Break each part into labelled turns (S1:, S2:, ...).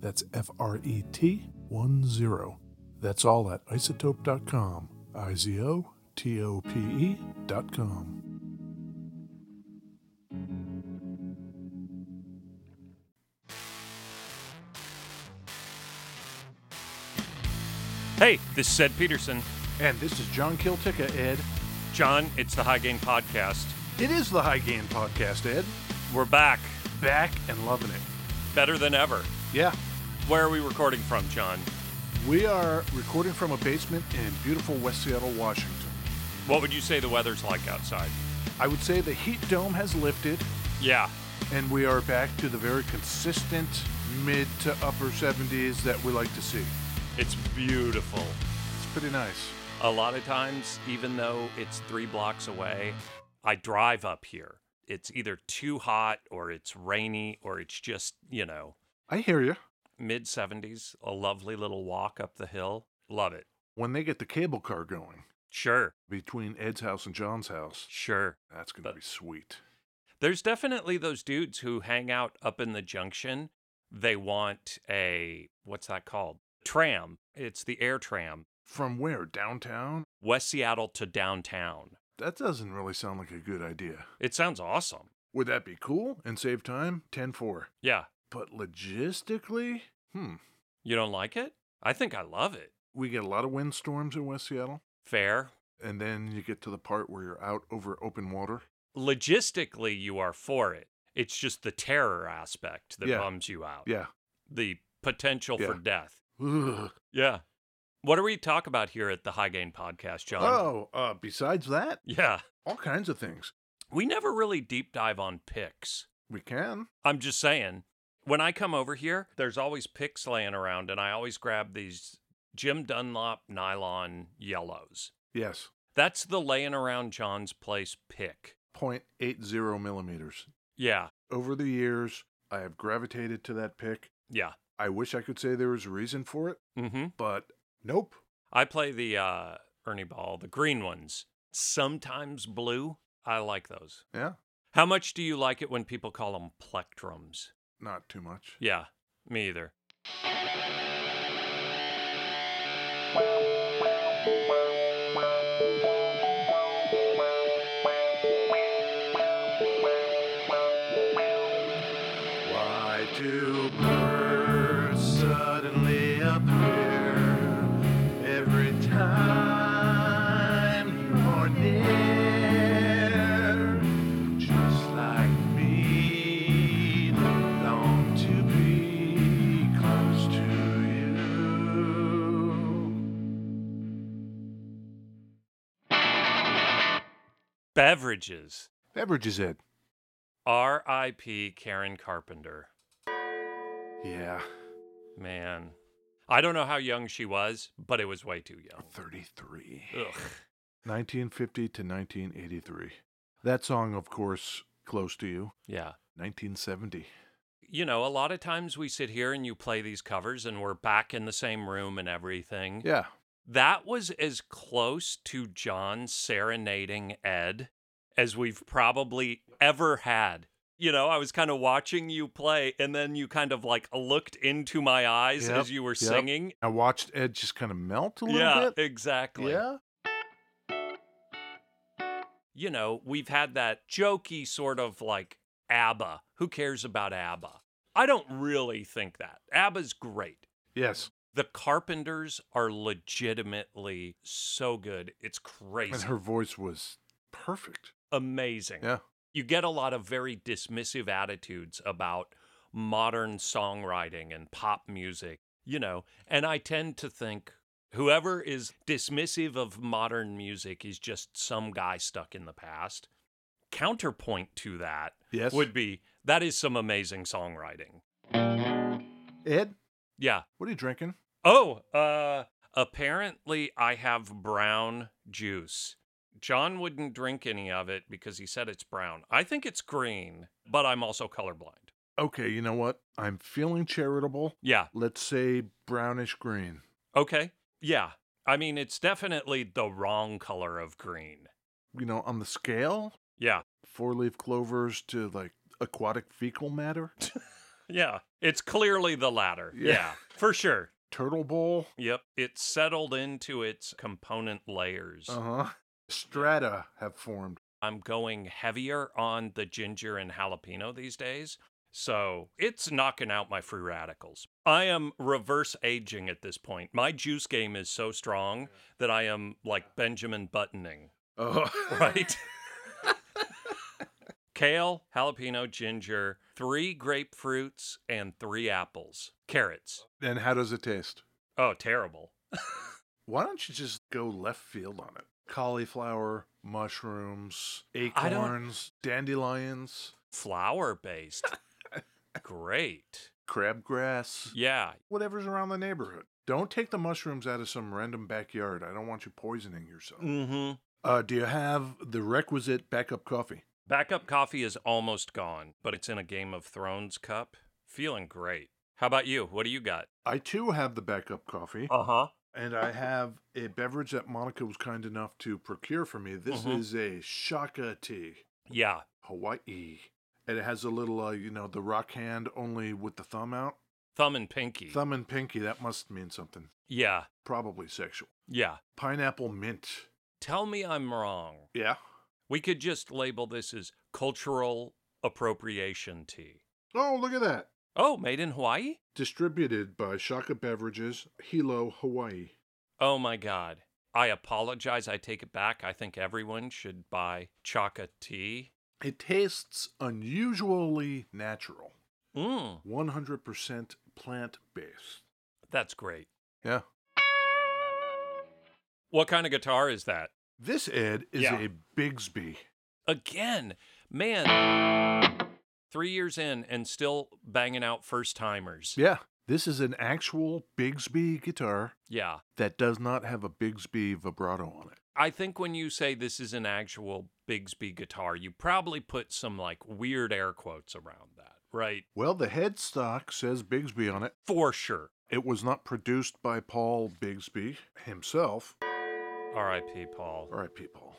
S1: That's F R E T 1 0. That's all at isotope.com. I Z O T O P E E.com.
S2: Hey, this is Ed Peterson.
S3: And this is John Kiltica, Ed.
S2: John, it's the High Gain Podcast.
S3: It is the High Gain Podcast, Ed.
S2: We're back,
S3: Back and loving it.
S2: better than ever.
S3: Yeah.
S2: Where are we recording from, John?
S3: We are recording from a basement in beautiful West Seattle, Washington.
S2: What would you say the weather's like outside?
S3: I would say the heat dome has lifted,
S2: Yeah,
S3: and we are back to the very consistent mid to upper 70s that we like to see.
S2: it's beautiful.
S3: It's pretty nice.
S2: A lot of times, even though it's three blocks away, I drive up here. It's either too hot or it's rainy or it's just, you know,
S3: I hear you.
S2: mid 70s. A lovely little walk up the hill. Love it.
S3: When they get the cable car going
S2: Sure,
S3: between Ed's house and John's house,
S2: sure.
S3: that's going to be sweet.
S2: There's definitely those dudes who hang out up in the junction. They want a, what's that called? Tram. It's the air tram,
S3: From where? Downtown?
S2: West Seattle to downtown.
S3: That doesn't really sound like a good idea.
S2: It sounds awesome.
S3: Would that be cool and save time? 10 4.
S2: Yeah.
S3: But logistically, hmm,
S2: You don't like it? I think I love it.
S3: we get a lot of windstorms in West Seattle,
S2: Fair.
S3: and then you get to the part where you're out over open water.
S2: Logistically, you are for it. It's just the terror aspect that
S3: Yeah.
S2: bums you out.
S3: Yeah.
S2: The potential for
S3: Yeah.
S2: death.
S3: Ugh.
S2: Yeah. What do we talk about here at the High Gain Podcast, John?
S3: Oh, uh, besides that,
S2: Yeah.
S3: all kinds of things.
S2: We never really deep dive on picks.
S3: We can.
S2: I'm just saying, when I come over here, there's always picks laying around, and I always grab these Jim Dunlop nylon yellows.
S3: Yes.
S2: That's the laying around John's place pick.
S3: 0.80 millimeters.
S2: Yeah,
S3: Over the years, I have gravitated to that pick.
S2: yeah.
S3: I wish I could say there was a reason for it,
S2: Mm-hmm.
S3: but nope.
S2: I play the uh, Ernie Ball, the green ones, sometimes blue. I like those.
S3: Yeah,
S2: How much do you like it when people call them plectrums?
S3: not too much.
S2: Yeah, me either.
S3: Why do birds suddenly appear every time you're near? Just like me, long to be close to you.
S2: Beverages.
S3: Beverages, Ed.
S2: R.I.P. Karen Carpenter.
S3: Yeah,
S2: Man, I don't know how young she was, but it was way too young.
S3: 33.
S2: Ugh.
S3: 1950 to 1983. That song, of course, Close to You,
S2: Yeah.
S3: 1970.
S2: you know, a lot of times we sit here and you play these covers and we're back in the same room and everything.
S3: Yeah.
S2: That was as close to John serenading Ed as we've probably ever had. You know, I was kind of watching you play and then you kind of like looked into my eyes
S3: Yep,
S2: as you were
S3: yep.
S2: singing.
S3: I watched Ed just kind of melt a little
S2: Yeah,
S3: bit.
S2: exactly.
S3: Yeah.
S2: You know, we've had that jokey sort of like ABBA. Who cares about ABBA? I don't really think that. ABBA's great.
S3: Yes.
S2: The Carpenters are legitimately so good. It's crazy.
S3: And her voice was perfect.
S2: Amazing.
S3: Yeah.
S2: You get a lot of very dismissive attitudes about modern songwriting and pop music, you know, and I tend to think whoever is dismissive of modern music is just some guy stuck in the past. Counterpoint to that
S3: Yes.
S2: would be that is some amazing songwriting.
S3: Ed,
S2: Yeah.
S3: what are you drinking?
S2: Oh, uh apparently I have brown juice. John wouldn't drink any of it because he said it's brown. I think it's green, but I'm also colorblind.
S3: Okay, you know what? I'm feeling charitable.
S2: Yeah.
S3: Let's say brownish green.
S2: Okay. Yeah. I mean, it's definitely the wrong color of green.
S3: You know, on the scale,
S2: Yeah.
S3: four leaf clovers to like aquatic fecal matter,
S2: Yeah. It's clearly the latter.
S3: Yeah.
S2: yeah for sure.
S3: turtle bowl,
S2: Yep. It's settled into its component layers.
S3: uh huh, strata have formed.
S2: I'm going heavier on the ginger and jalapeno these days. So it's knocking out my free radicals. I am reverse aging at this point. My juice game is so strong that I am like Benjamin buttoning,
S3: Oh,
S2: right? Kale, jalapeno, ginger, three grapefruits, and three apples, carrots.
S3: And how does it taste?
S2: Oh, terrible.
S3: Why don't you just go left field on it? Cauliflower, mushrooms,
S2: I don't-
S3: acorns, dandelions,
S2: Flour based. Great.
S3: crabgrass,
S2: Yeah.
S3: whatever's around the neighborhood. Don't take the mushrooms out of some random backyard. I don't want you poisoning yourself.
S2: Mm hmm.
S3: Uh, do you have the requisite backup coffee?
S2: Backup coffee is almost gone, but it's in a Game of Thrones cup. Feeling great. How about you? What do you got?
S3: I too have the backup coffee,
S2: Uh huh.
S3: and I have a beverage that Monica was kind enough to procure for me. This
S2: Mhm.
S3: is a Shaka tea,
S2: Yeah.
S3: Hawaii, and it has a little, uh, you know, the rock hand only with the thumb out,
S2: Thumb and pinky.
S3: thumb and pinky. That must mean something,
S2: Yeah.
S3: probably sexual.
S2: Yeah.
S3: Pineapple mint.
S2: Tell me I'm wrong.
S3: Yeah.
S2: We could just label this as cultural appropriation tea.
S3: Oh, look at that.
S2: Oh, made in Hawaii?
S3: Distributed by Shaka Beverages, Hilo, Hawaii.
S2: Oh my God. I apologize. I take it back. I think everyone should buy chaka tea.
S3: It tastes unusually natural.
S2: Mmm.
S3: 100% plant based.
S2: That's great.
S3: Yeah.
S2: What kind of guitar is that?
S3: This, Ed, is
S2: Yeah.
S3: a Bigsby.
S2: again man three years in and still banging out first timers
S3: Yeah. This is an actual Bigsby guitar
S2: yeah
S3: that does not have a Bigsby vibrato on it.
S2: i think when you say this is an actual bigsby guitar you probably put some like weird air quotes around that right
S3: Well, the headstock says Bigsby on it.
S2: for sure
S3: It was not produced by Paul Bigsby himself.
S2: rip paul
S3: All right, people.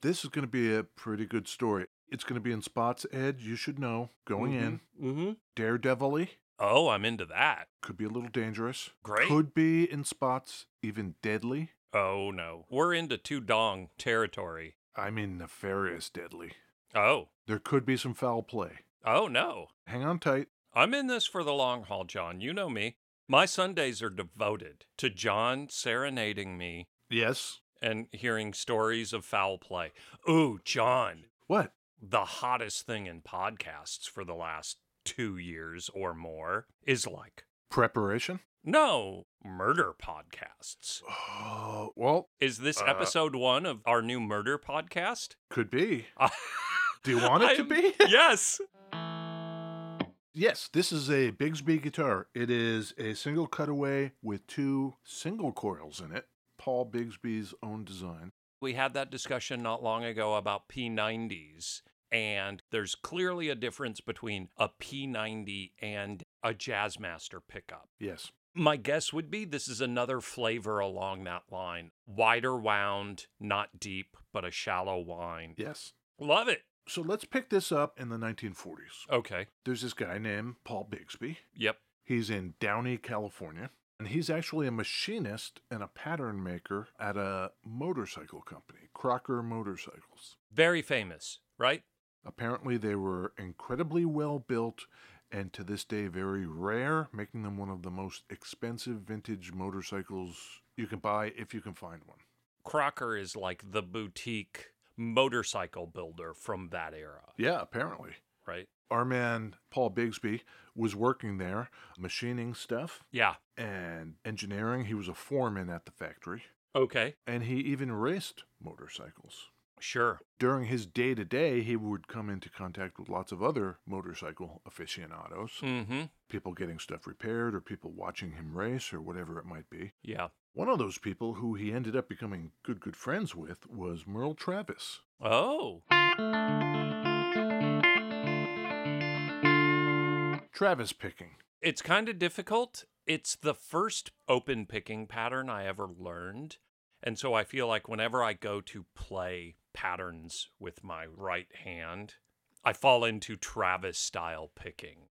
S3: This is going to be a pretty good story. It's going to be in spots, Ed. You should know. Going in,
S2: mm-hmm.
S3: daredevil
S2: oh i'm into that
S3: Could be a little dangerous.
S2: Great.
S3: Could be in spots even deadly.
S2: oh no we're into two dong territory
S3: I mean, nefarious deadly.
S2: oh
S3: There could be some foul play.
S2: oh no
S3: Hang on tight.
S2: I'm in this for the long haul, John. You know me. My Sundays are devoted to John serenading me
S3: Yes.
S2: and hearing stories of foul play. Ooh, John,
S3: What?
S2: the hottest thing in podcasts for the last two years or more is like,
S3: Preparation?
S2: no, murder podcasts.
S3: Oh, well,
S2: Is this
S3: Uh,
S2: episode one of our new murder podcast?
S3: could be. Do you want it to
S2: I'm-
S3: be?
S2: yes.
S3: Yes, this is a Bigsby guitar. It is a single cutaway with two single coils in it. Paul Bigsby's own design.
S2: We had that discussion not long ago about P90s And there's clearly a difference between a P90 and a Jazzmaster pickup.
S3: Yes.
S2: My guess would be this is another flavor along that line wider wound, not deep, but a shallow wine.
S3: Yes.
S2: Love it.
S3: So let's pick this up in the 1940s.
S2: Okay.
S3: There's this guy named Paul Bigsby.
S2: Yep.
S3: He's in Downey, California, and he's actually a machinist and a pattern maker at a motorcycle company, Crocker Motorcycles.
S2: Very famous, right?
S3: Apparently, they were incredibly well built and to this day very rare, making them one of the most expensive vintage motorcycles you can buy if you can find one.
S2: Crocker is like the boutique motorcycle builder from that era,
S3: Yeah, apparently.
S2: right?
S3: Our man, Paul Bigsby, was working there, machining stuff
S2: Yeah.
S3: and engineering. He was a foreman at the factory,
S2: Okay.
S3: and he even raced motorcycles.
S2: Sure.
S3: during his day to day, he would come into contact with lots of other motorcycle aficionados,
S2: Mm hmm.
S3: people getting stuff repaired or people watching him race or whatever it might be.
S2: Yeah.
S3: One of those people who he ended up becoming good, good friends with was Merle Travis.
S2: Oh.
S3: Travis picking.
S2: It's kind of difficult. It's the first open picking pattern I ever learned. And so I feel like whenever I go to play patterns with my right hand, I fall into Travis style picking.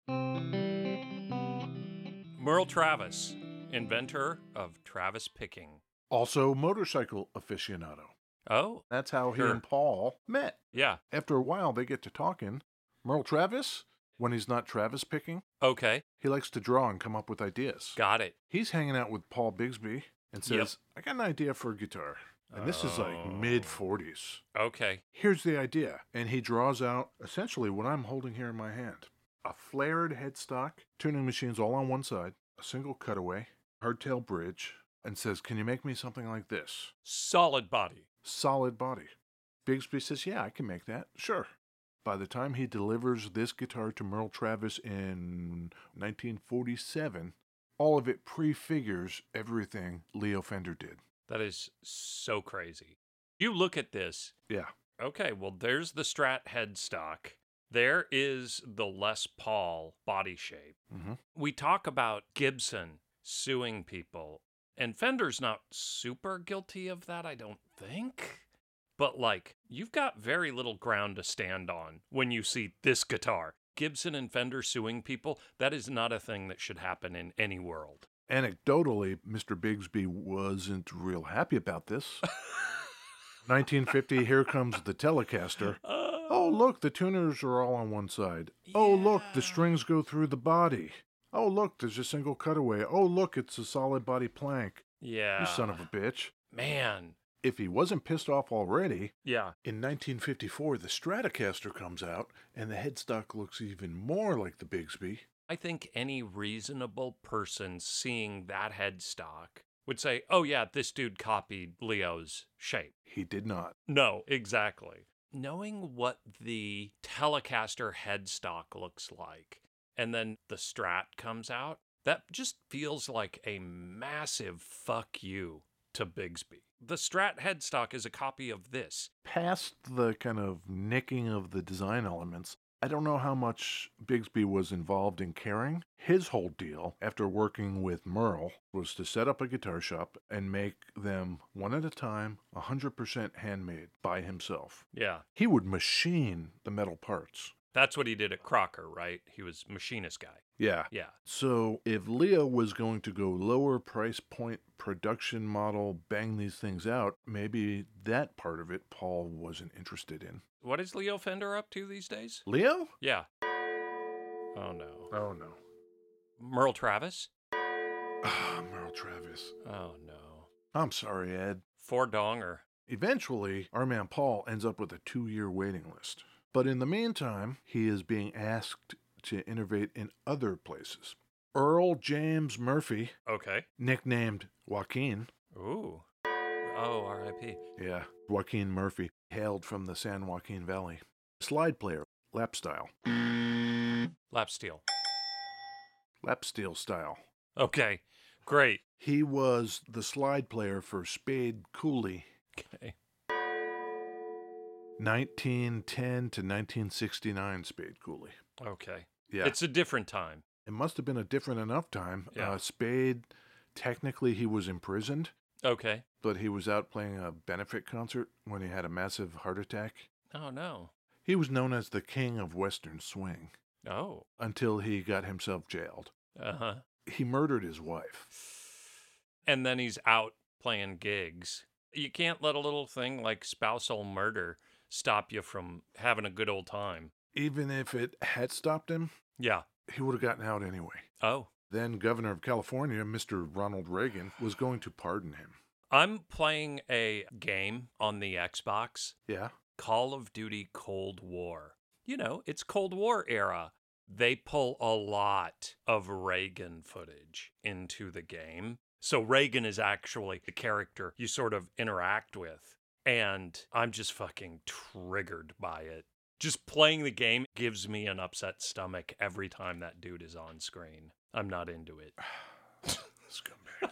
S2: Merle Travis, inventor of Travis picking.
S3: Also, motorcycle aficionado.
S2: Oh,
S3: That's how he
S2: Sure.
S3: and Paul met.
S2: yeah.
S3: After a while, they get to talking. Merle Travis, when he's not Travis picking,
S2: Okay.
S3: he likes to draw and come up with ideas.
S2: Got it.
S3: he's hanging out with Paul Bigsby and says,
S2: Yep.
S3: I got an idea for a guitar. And this is like
S2: Oh.
S3: mid 40s.
S2: Okay.
S3: Here's the idea. And he draws out essentially what I'm holding here in my hand a flared headstock, tuning machines all on one side, a single cutaway, hardtail bridge, and says, Can you make me something like this?
S2: Solid body.
S3: Solid body. Bigsby says, Yeah, I can make that. Sure. By the time he delivers this guitar to Merle Travis in 1947, all of it prefigures everything Leo Fender did.
S2: That is so crazy. You look at this.
S3: Yeah.
S2: Okay, well, there's the Strat headstock. There is the Les Paul body shape.
S3: Mm-hmm.
S2: We talk about Gibson suing people, and Fender's not super guilty of that, I don't think. But, like, you've got very little ground to stand on when you see this guitar. Gibson and Fender suing people, that is not a thing that should happen in any world.
S3: Anecdotally, Mr. Bigsby wasn't real happy about this. 1950, here comes the Telecaster. Oh, look, the tuners are all on one side. Oh, look, the strings go through the body. Oh, look, there's a single cutaway. Oh, look, it's a solid body plank.
S2: Yeah.
S3: You son of a bitch.
S2: Man.
S3: If he wasn't pissed off already,
S2: Yeah.
S3: in 1954, the Stratocaster comes out, and the headstock looks even more like the Bigsby.
S2: I think any reasonable person seeing that headstock would say, oh, yeah, this dude copied Leo's shape.
S3: He did not.
S2: No, exactly. Knowing what the Telecaster headstock looks like and then the Strat comes out, that just feels like a massive fuck you to Bigsby. The Strat headstock is a copy of this.
S3: Past the kind of nicking of the design elements, I don't know how much Bigsby was involved in caring. His whole deal, after working with Merle, was to set up a guitar shop and make them one at a time, 100% handmade by himself.
S2: Yeah.
S3: He would machine the metal parts.
S2: That's what he did at Crocker, right? He was machinist guy.
S3: Yeah,
S2: Yeah.
S3: So, if Leo was going to go lower price point production model, bang these things out, maybe that part of it Paul wasn't interested in.
S2: What is Leo Fender up to these days?
S3: Leo?
S2: Yeah. Oh no.
S3: Oh no.
S2: Merle Travis?
S3: Ah, Merle Travis.
S2: Oh no.
S3: I'm sorry, Ed.
S2: Four donger.
S3: Eventually, our man Paul ends up with a two year waiting list. But in the meantime, he is being asked to innovate in other places. Earl James Murphy,
S2: Okay.
S3: nicknamed Joaquin,
S2: Ooh. Oh, R.I.P.
S3: Yeah, Joaquin Murphy, hailed from the San Joaquin Valley. Slide player, lap style,
S2: Lap steel.
S3: lap steel style.
S2: Okay. Great.
S3: He was the slide player for Spade Cooley.
S2: Okay.
S3: 1910 to 1969, Spade Cooley.
S2: Okay.
S3: Yeah.
S2: It's a different time.
S3: it must have been a different enough time.
S2: Yeah.
S3: Uh, Spade, technically, he was imprisoned,
S2: Okay.
S3: but he was out playing a benefit concert when he had a massive heart attack.
S2: Oh, no.
S3: He was known as the king of Western swing
S2: Oh.
S3: until he got himself jailed.
S2: Uh huh.
S3: He murdered his wife.
S2: And then he's out playing gigs. You can't let a little thing like spousal murder stop you from having a good old time.
S3: Even if it had stopped him,
S2: Yeah.
S3: he would have gotten out anyway.
S2: Oh.
S3: Then governor of California, Mr. Ronald Reagan, was going to pardon him.
S2: I'm playing a game on the Xbox
S3: Yeah.
S2: Call of Duty Cold War. You know, it's Cold War era. They pull a lot of Reagan footage into the game. So Reagan is actually the character you sort of interact with. And I'm just fucking triggered by it. Just playing the game gives me an upset stomach every time that dude is on screen. I'm not into it.
S3: Scumbag.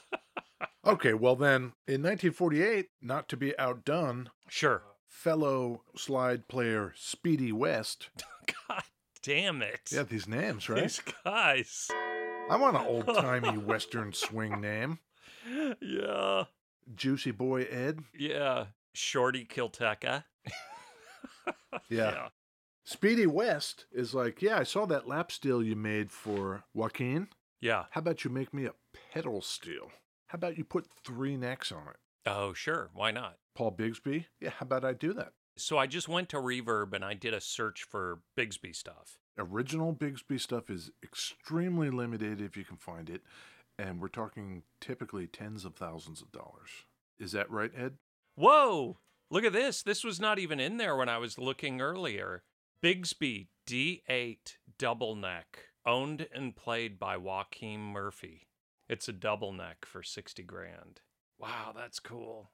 S3: okay, well then, in 1948, not to be outdone,
S2: Sure.
S3: fellow slide player Speedy West.
S2: God damn it.
S3: Yeah, these names, right?
S2: These guys.
S3: I want an old timey Western swing name.
S2: Yeah.
S3: Juicy Boy Ed.
S2: Yeah. Shorty Kilteca.
S3: Yeah. Speedy West is like, yeah, I saw that lap steel you made for Joaquin.
S2: Yeah.
S3: How about you make me a pedal steel? How about you put three necks on it?
S2: Oh, sure. Why not?
S3: Paul Bigsby? Yeah, how about I do that?
S2: So I just went to Reverb and I did a search for Bigsby stuff.
S3: Original Bigsby stuff is extremely limited if you can find it, and we're talking typically tens of thousands of dollars. Is that right, Ed?
S2: Whoa! Look at this. This was not even in there when I was looking earlier. Bigsby D8 double neck, owned and played by Joaquin Murphy. It's a double neck for 60 grand. Wow, that's cool.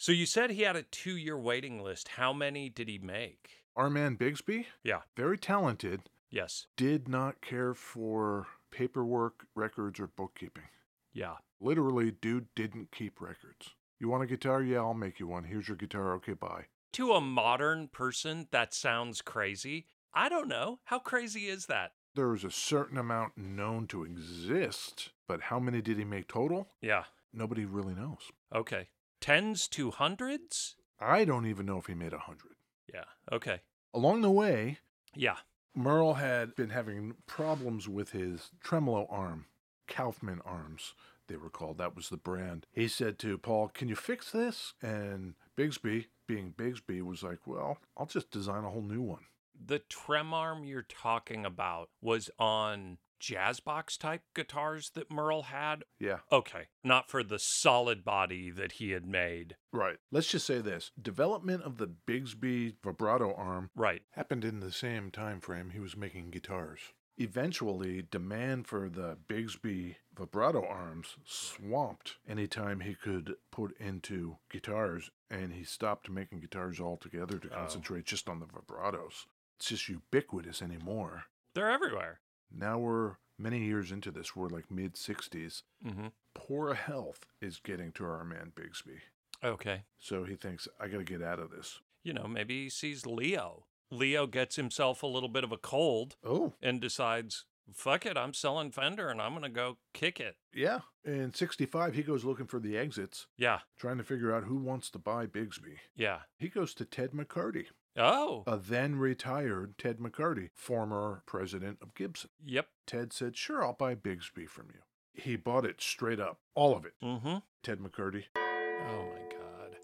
S2: So you said he had a two year waiting list. How many did he make?
S3: Our man Bigsby,
S2: Yeah.
S3: very talented,
S2: Yes.
S3: did not care for paperwork, records, or bookkeeping.
S2: Yeah.
S3: Literally, dude didn't keep records. You want a guitar? Yeah, I'll make you one. Here's your guitar. Okay, bye.
S2: To a modern person, that sounds crazy. I don't know. How crazy is that?
S3: There is a certain amount known to exist, but how many did he make total?
S2: Yeah.
S3: Nobody really knows.
S2: Okay. Tens to hundreds?
S3: I don't even know if he made a hundred.
S2: Yeah. Okay.
S3: Along the way,
S2: Yeah.
S3: Merle had been having problems with his tremolo arm, Kaufman arms, they were called. That was the brand. He said to Paul, Can you fix this? And Bigsby, being Bigsby, was like, Well, I'll just design a whole new one.
S2: The trem arm you're talking about was on jazz box type guitars that Merle had.
S3: Yeah,
S2: Okay. Not for the solid body that he had made.
S3: right. Let's just say this development of the Bigsby vibrato arm
S2: Right.
S3: happened in the same time frame he was making guitars. Eventually, demand for the Bigsby vibrato arms swamped any time he could put into guitars, and he stopped making guitars altogether to
S2: Oh.
S3: concentrate just on the vibratos. It's just ubiquitous anymore.
S2: They're everywhere.
S3: Now we're many years into this, we're like mid 60s.
S2: hmm
S3: Poor health is getting to our man Bigsby.
S2: Okay.
S3: So he thinks, I gotta get out of this.
S2: You know, maybe he sees Leo. Leo gets himself a little bit of a cold
S3: Oh,
S2: and decides, fuck it, I'm selling Fender and I'm going to go kick it.
S3: yeah. In 65, he goes looking for the exits.
S2: Yeah.
S3: trying to figure out who wants to buy Bigsby.
S2: Yeah.
S3: He goes to Ted McCarty,
S2: Oh.
S3: a then retired Ted McCarty, former president of Gibson.
S2: yep.
S3: Ted said, Sure, I'll buy Bigsby from you. He bought it straight up, all of it,
S2: Mm hmm.
S3: Ted McCarty.
S2: Oh my God.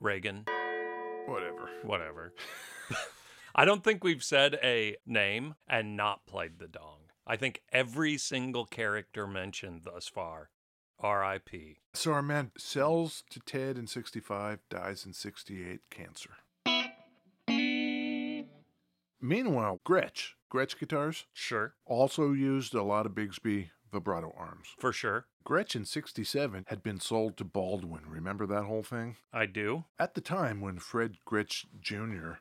S2: Reagan,
S3: Whatever.
S2: whatever. I don't think we've said a name and not played the dong. I think every single character mentioned thus far, RIP.
S3: So our man sells to Ted in 65, dies in 68, cancer. Meanwhile, Gretsch, Gretsch guitars,
S2: Sure.
S3: also used a lot of Bigsby vibrato arms.
S2: For sure.
S3: Gretchen 67 had been sold to Baldwin. Remember that whole thing?
S2: I do.
S3: At the time when Fred Gretsch Jr.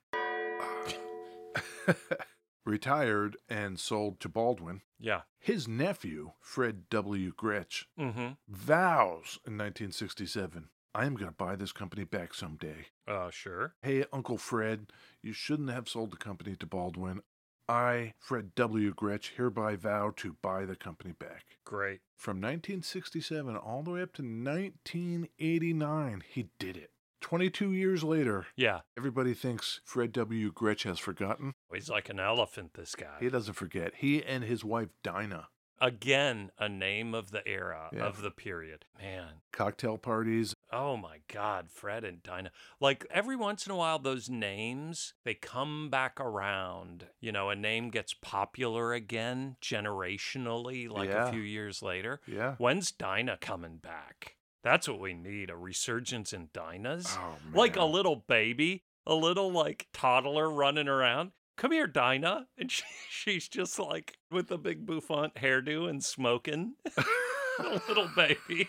S3: retired and sold to Baldwin,
S2: Yeah.
S3: his
S2: Mm-hmm.
S3: nephew, Fred W. Gretsch,
S2: Mm hmm.
S3: vows in 1967 I am going to buy this company back someday.
S2: Uh, sure.
S3: Hey, Uncle Fred, you shouldn't have sold the company to Baldwin. I, Fred W. Gretsch, hereby vow to buy the company back.
S2: Great.
S3: From 1967 all the way up to 1989, he did it. 22 years later,
S2: Yeah.
S3: everybody thinks Fred W. Gretsch has forgotten.
S2: He's like an elephant, this guy.
S3: He doesn't forget. He and his wife, Dinah,
S2: Again, a name of the era,
S3: Yeah.
S2: of the period. Man.
S3: cocktail parties.
S2: Oh my God, Fred and Dinah. Like every once in a while, those names, they come back around. You know, a name gets popular again generationally, like
S3: Yeah.
S2: a few years later.
S3: Yeah.
S2: When's Dinah coming back? That's what we need a resurgence in Dinahs.
S3: Oh,
S2: like a
S3: man.
S2: little baby, a little like toddler running around. Come here, Dinah. And she, she's just like with a big bouffant hairdo and smoking. a little baby.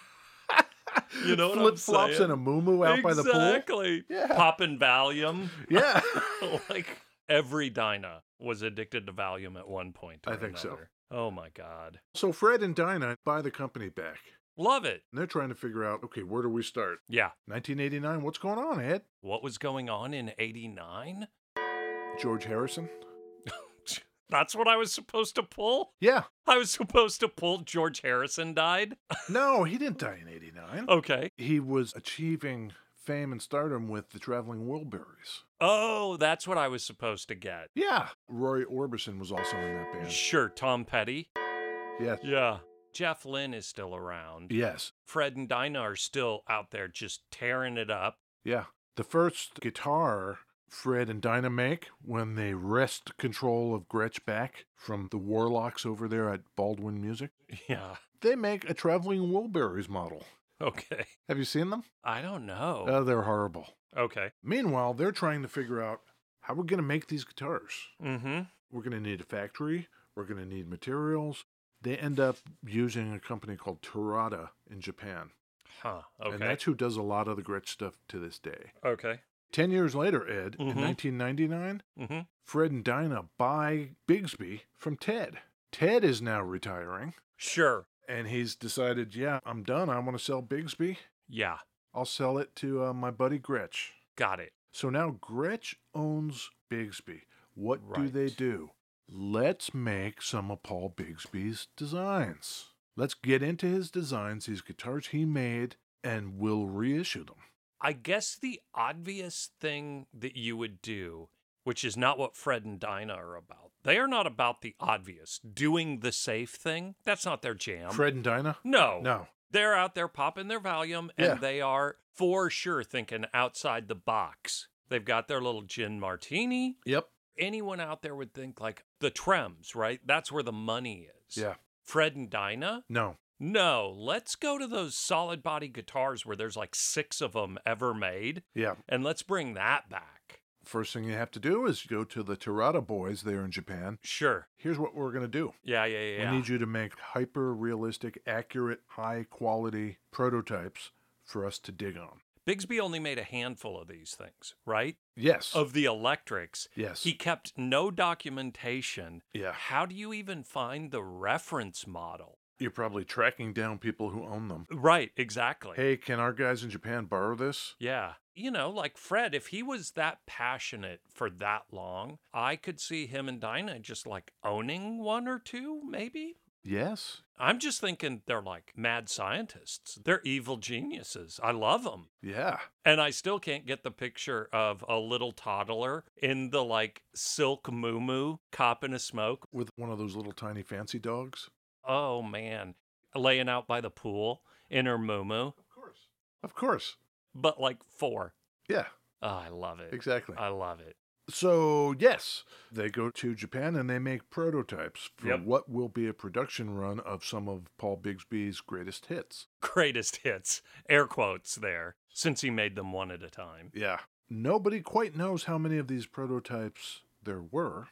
S2: You know what I'm
S3: Flip flops
S2: saying?
S3: and a moo out by the pool.
S2: exactly.
S3: Yeah.
S2: Popping Valium.
S3: Yeah.
S2: like every Dinah was addicted to Valium at one point.
S3: I
S2: or
S3: think so.
S2: another. Oh my God.
S3: so Fred and Dinah buy the company back.
S2: Love it.
S3: And they're trying to figure out okay, where do we start?
S2: Yeah.
S3: 1989, what's going on, Ed?
S2: What was going on in 89?
S3: George Harrison?
S2: That's what I was supposed to pull?
S3: Yeah.
S2: I was supposed to pull George Harrison died?
S3: No, he didn't die in 89.
S2: Okay.
S3: He was achieving fame and stardom with the Traveling Wilburys.
S2: Oh, that's what I was supposed to get.
S3: Yeah. Roy Orbison was also in that band.
S2: Sure, Tom Petty.
S3: Yes.
S2: Yeah. Jeff Lynne is still around.
S3: Yes.
S2: Fred and Dinah are still out there just tearing it up.
S3: Yeah. The first guitar Fred and Dinah make when they wrest control of Gretsch back from the Warlocks over there at Baldwin Music,
S2: Yeah.
S3: they make a Traveling Wilburys model.
S2: Okay.
S3: Have you seen them?
S2: I don't know.
S3: Oh, they're horrible.
S2: okay.
S3: Meanwhile, they're trying to figure out how we're going to make these guitars.
S2: Mm
S3: We're going to need a factory. We're going to need materials. They end up using a company called Torada in Japan.
S2: hmm. Huh. Okay.
S3: And that's who does a lot of the Gretsch stuff to this day.
S2: okay.
S3: 10 years later, Ed,
S2: Mhm.
S3: in 1999,
S2: Mm hmm.
S3: Fred and Dinah buy Bigsby from Ted. Ted is now retiring,
S2: Sure.
S3: and he's decided, yeah, I'm done. I want to sell Bigsby.
S2: Yeah.
S3: I'll sell it to uh, my buddy Gretsch.
S2: Got it.
S3: So now Gretsch owns Bigsby. What do they
S2: Right.
S3: do? Let's make some of Paul Bigsby's designs. Let's get into his designs, these guitars he made, and we'll reissue them.
S2: I guess the obvious thing that you would do, which is not what Fred and Dinah are about, they are not about the obvious, doing the safe thing. That's not their jam.
S3: Fred and Dinah?
S2: no.
S3: No.
S2: They're out there popping their Valium and
S3: Yeah.
S2: they are for sure thinking outside the box. They've got their little gin martini.
S3: Yep.
S2: Anyone out there would think like the Trems, right? That's where the money is.
S3: Yeah.
S2: Fred and Dinah?
S3: No.
S2: No, let's go to those solid body guitars where there's like six of them ever made
S3: Yeah.
S2: and let's bring that back.
S3: First thing you have to do is go to the Terada boys there in Japan.
S2: Sure.
S3: Here's what we're going to do.
S2: Yeah, yeah, yeah.
S3: We need you to make hyper realistic, accurate, high quality prototypes for us to dig on.
S2: Bigsby only made a handful of these things, right?
S3: Yes.
S2: Of the electrics.
S3: yes.
S2: He kept no documentation.
S3: yeah.
S2: How do you even find the reference model?
S3: You're probably tracking down people who own them.
S2: Right, exactly.
S3: Hey, can our guys in Japan borrow this?
S2: Yeah. You know, like Fred, if he was that passionate for that long, I could see him and Dinah just like owning one or two, maybe.
S3: Yes.
S2: I'm just thinking they're like mad scientists. They're evil geniuses. I love them.
S3: Yeah.
S2: And I still can't get the picture of a little toddler in the like silk moo copping a smoke.
S3: With one of those little tiny fancy dogs?
S2: Oh man, laying out by the pool in her moo
S3: Of course. Of course.
S2: but like four.
S3: Yeah,
S2: Oh, I love it.
S3: exactly.
S2: I love it.
S3: Uh, so, yes, they go to Japan and they make prototypes for
S2: Yep.
S3: what will be a production run of some of Paul Bigsby's greatest hits.
S2: Greatest hits, air quotes there, since he made them one at a time.
S3: Yeah. Nobody quite knows how many of these prototypes there were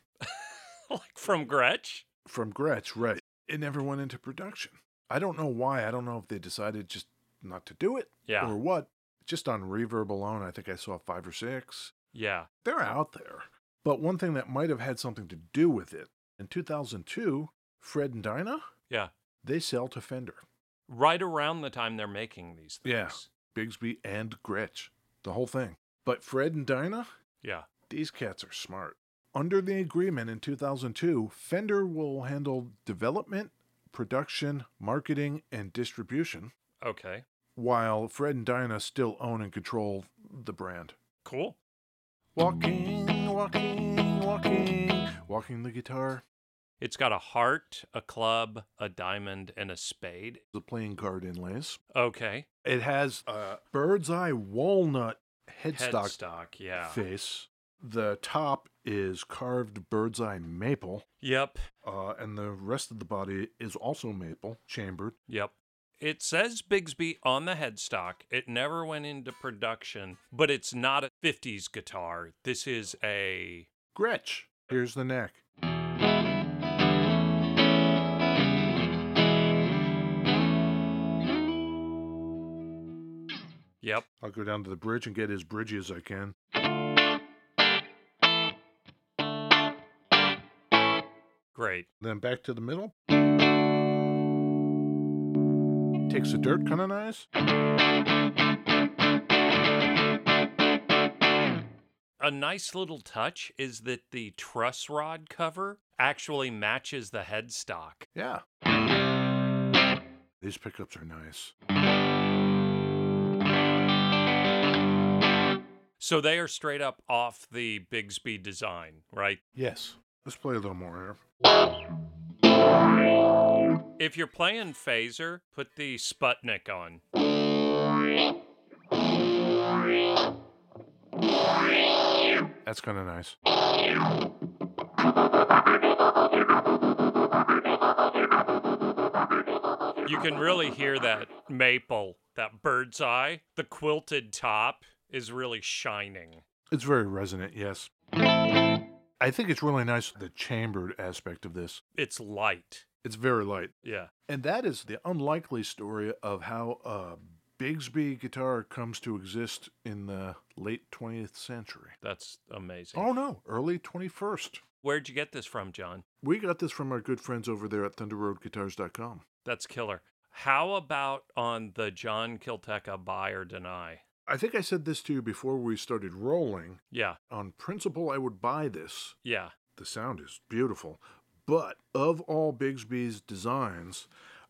S2: like from Gretsch.
S3: from Gretsch, right? It never went into production. I don't know why. I don't know if they decided just not to do it.
S2: Yeah.
S3: or what. Just on reverb alone, I think I saw five or six.
S2: yeah.
S3: They're out there. But one thing that might have had something to do with it in 2002, Fred and Dinah,
S2: Yeah.
S3: they sell to Fender.
S2: Right around the time they're making these things.
S3: Yeah. Bigsby and Gretsch, the whole thing. But Fred and Dinah,
S2: Yeah.
S3: these cats are smart. Under the agreement in 2002, Fender will handle development, production, marketing, and distribution,
S2: Okay.
S3: while Fred and Dinah still own and control the brand.
S2: Cool.
S3: Walking, walking, walking, walking the guitar,
S2: It's got a heart, a club, a diamond, and a spade.
S3: the playing card inlays.
S2: Okay.
S3: It has a bird's eye walnut headstock,
S2: Headstock. Yeah.
S3: face. The top is carved bird's eye maple,
S2: Yep.
S3: uh, and the rest of the body is also maple, chambered.
S2: Yep. It says Bigsby on the headstock. It never went into production, but it's not a 50s guitar. This is a.
S3: Gretsch. Here's the neck.
S2: Yep.
S3: I'll go down to the bridge and get as bridgy as I can.
S2: Great.
S3: Then back to the middle. Takes the dirt kind of nice.
S2: A nice little touch is that the truss rod cover actually matches the headstock.
S3: Yeah. These pickups are nice.
S2: So they are straight up off the Bigsby design, right?
S3: Yes. Let's play a little more here.
S2: If you're playing Phaser, put the Sputnik on.
S3: That's kind of nice.
S2: You can really hear that maple, that bird's eye. The quilted top is really shining.
S3: It's very resonant, yes. I think it's really nice the chambered aspect of this.
S2: It's light.
S3: It's very light.
S2: Yeah.
S3: And that is the unlikely story of how a Bigsby guitar comes to exist in the late 20th century.
S2: That's amazing.
S3: Oh no, early 21st.
S2: Where'd you get this from, John?
S3: We got this from our good friends over there at thunderroadguitars.com.
S2: That's killer. How about on the John Kilteca buy or deny?
S3: I think I said this to you before we started rolling.
S2: Yeah.
S3: On principle, I would buy this.
S2: Yeah.
S3: The sound is beautiful. But of all Bigsby's designs,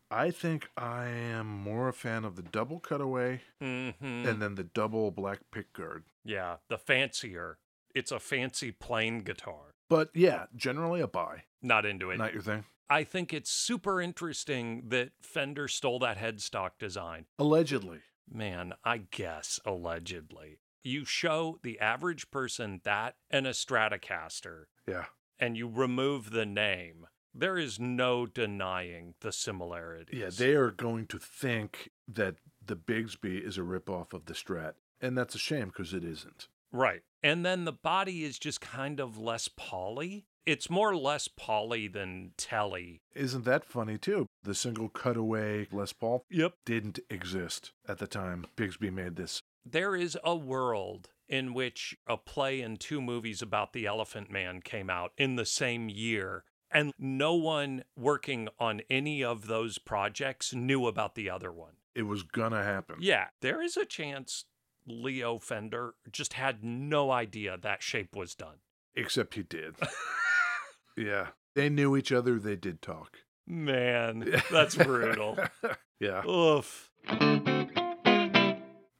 S3: I think I am more a fan of the double cutaway
S2: Mm-hmm.
S3: and then the double black pickguard.
S2: yeah. The fancier. It's a fancy plain guitar.
S3: But yeah, generally a buy.
S2: Not into it.
S3: Not your thing.
S2: I think it's super interesting that Fender stole that headstock design.
S3: Allegedly.
S2: Man, I guess allegedly. You show the average person that and a Stratocaster
S3: Yeah.
S2: and you remove the name. There is no denying the similarities.
S3: Yeah, they are going to think that the Bigsby is a ripoff of the Strat. And that's a shame because it isn't.
S2: Right. And then the body is just kind of less poly. It's more less poly than telly.
S3: Isn't that funny too? The single cutaway Les Paul
S2: Yep.
S3: didn't exist at the time Bigsby made this.
S2: There is a world in which a play and two movies about the Elephant Man came out in the same year, and no one working on any of those projects knew about the other one.
S3: It was gonna happen.
S2: Yeah, there is a chance Leo Fender just had no idea that shape was done.
S3: Except he did. yeah. They knew each other, they did talk.
S2: Man, that's brutal.
S3: yeah.
S2: Oof.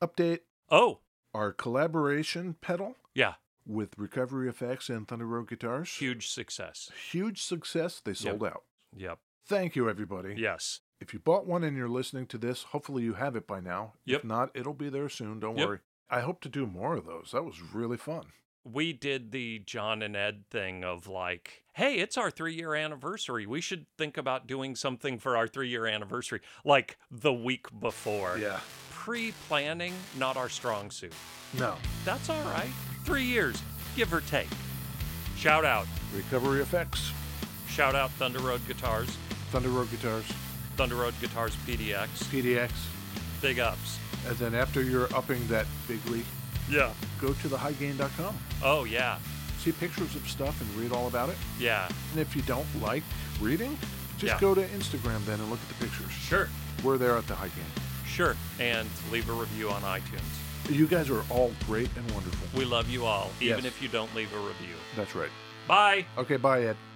S3: Update
S2: Oh,
S3: our collaboration pedal
S2: yeah,
S3: with Recovery Effects and Thunder Road Guitars.
S2: huge success.
S3: Huge success. They sold out.
S2: Yep.
S3: Thank you, everybody.
S2: Yes.
S3: If you bought one and you're listening to this, hopefully you have it by now.
S2: Yep.
S3: If not, it'll be there soon. Don't
S2: Yep.
S3: worry. I hope to do more of those. That was really fun.
S2: we did the John and Ed thing of like, hey, it's our three year anniversary. We should think about doing something for our three year anniversary, like the week before.
S3: Yeah.
S2: Pre planning, not our strong suit.
S3: No.
S2: That's all right. Three years, give or take. Shout out.
S3: Recovery Effects,
S2: Shout out Thunder Road Guitars,
S3: Thunder Road Guitars,
S2: Thunder Road Guitars PDX.
S3: PDX.
S2: Big ups.
S3: And then after you're upping that big leap,
S2: Yeah.
S3: go to thehighgain.com.
S2: Oh, yeah.
S3: See pictures of stuff and read all about it.
S2: Yeah.
S3: And if you don't like reading, just
S2: Yeah.
S3: go to Instagram then and look at the pictures.
S2: Sure.
S3: We're there at the High Gain.
S2: Sure. And leave a review on iTunes.
S3: You guys are all great and wonderful.
S2: We love you all, even
S3: Yes.
S2: if you don't leave a review.
S3: That's right.
S2: Bye.
S3: Okay, bye, Ed.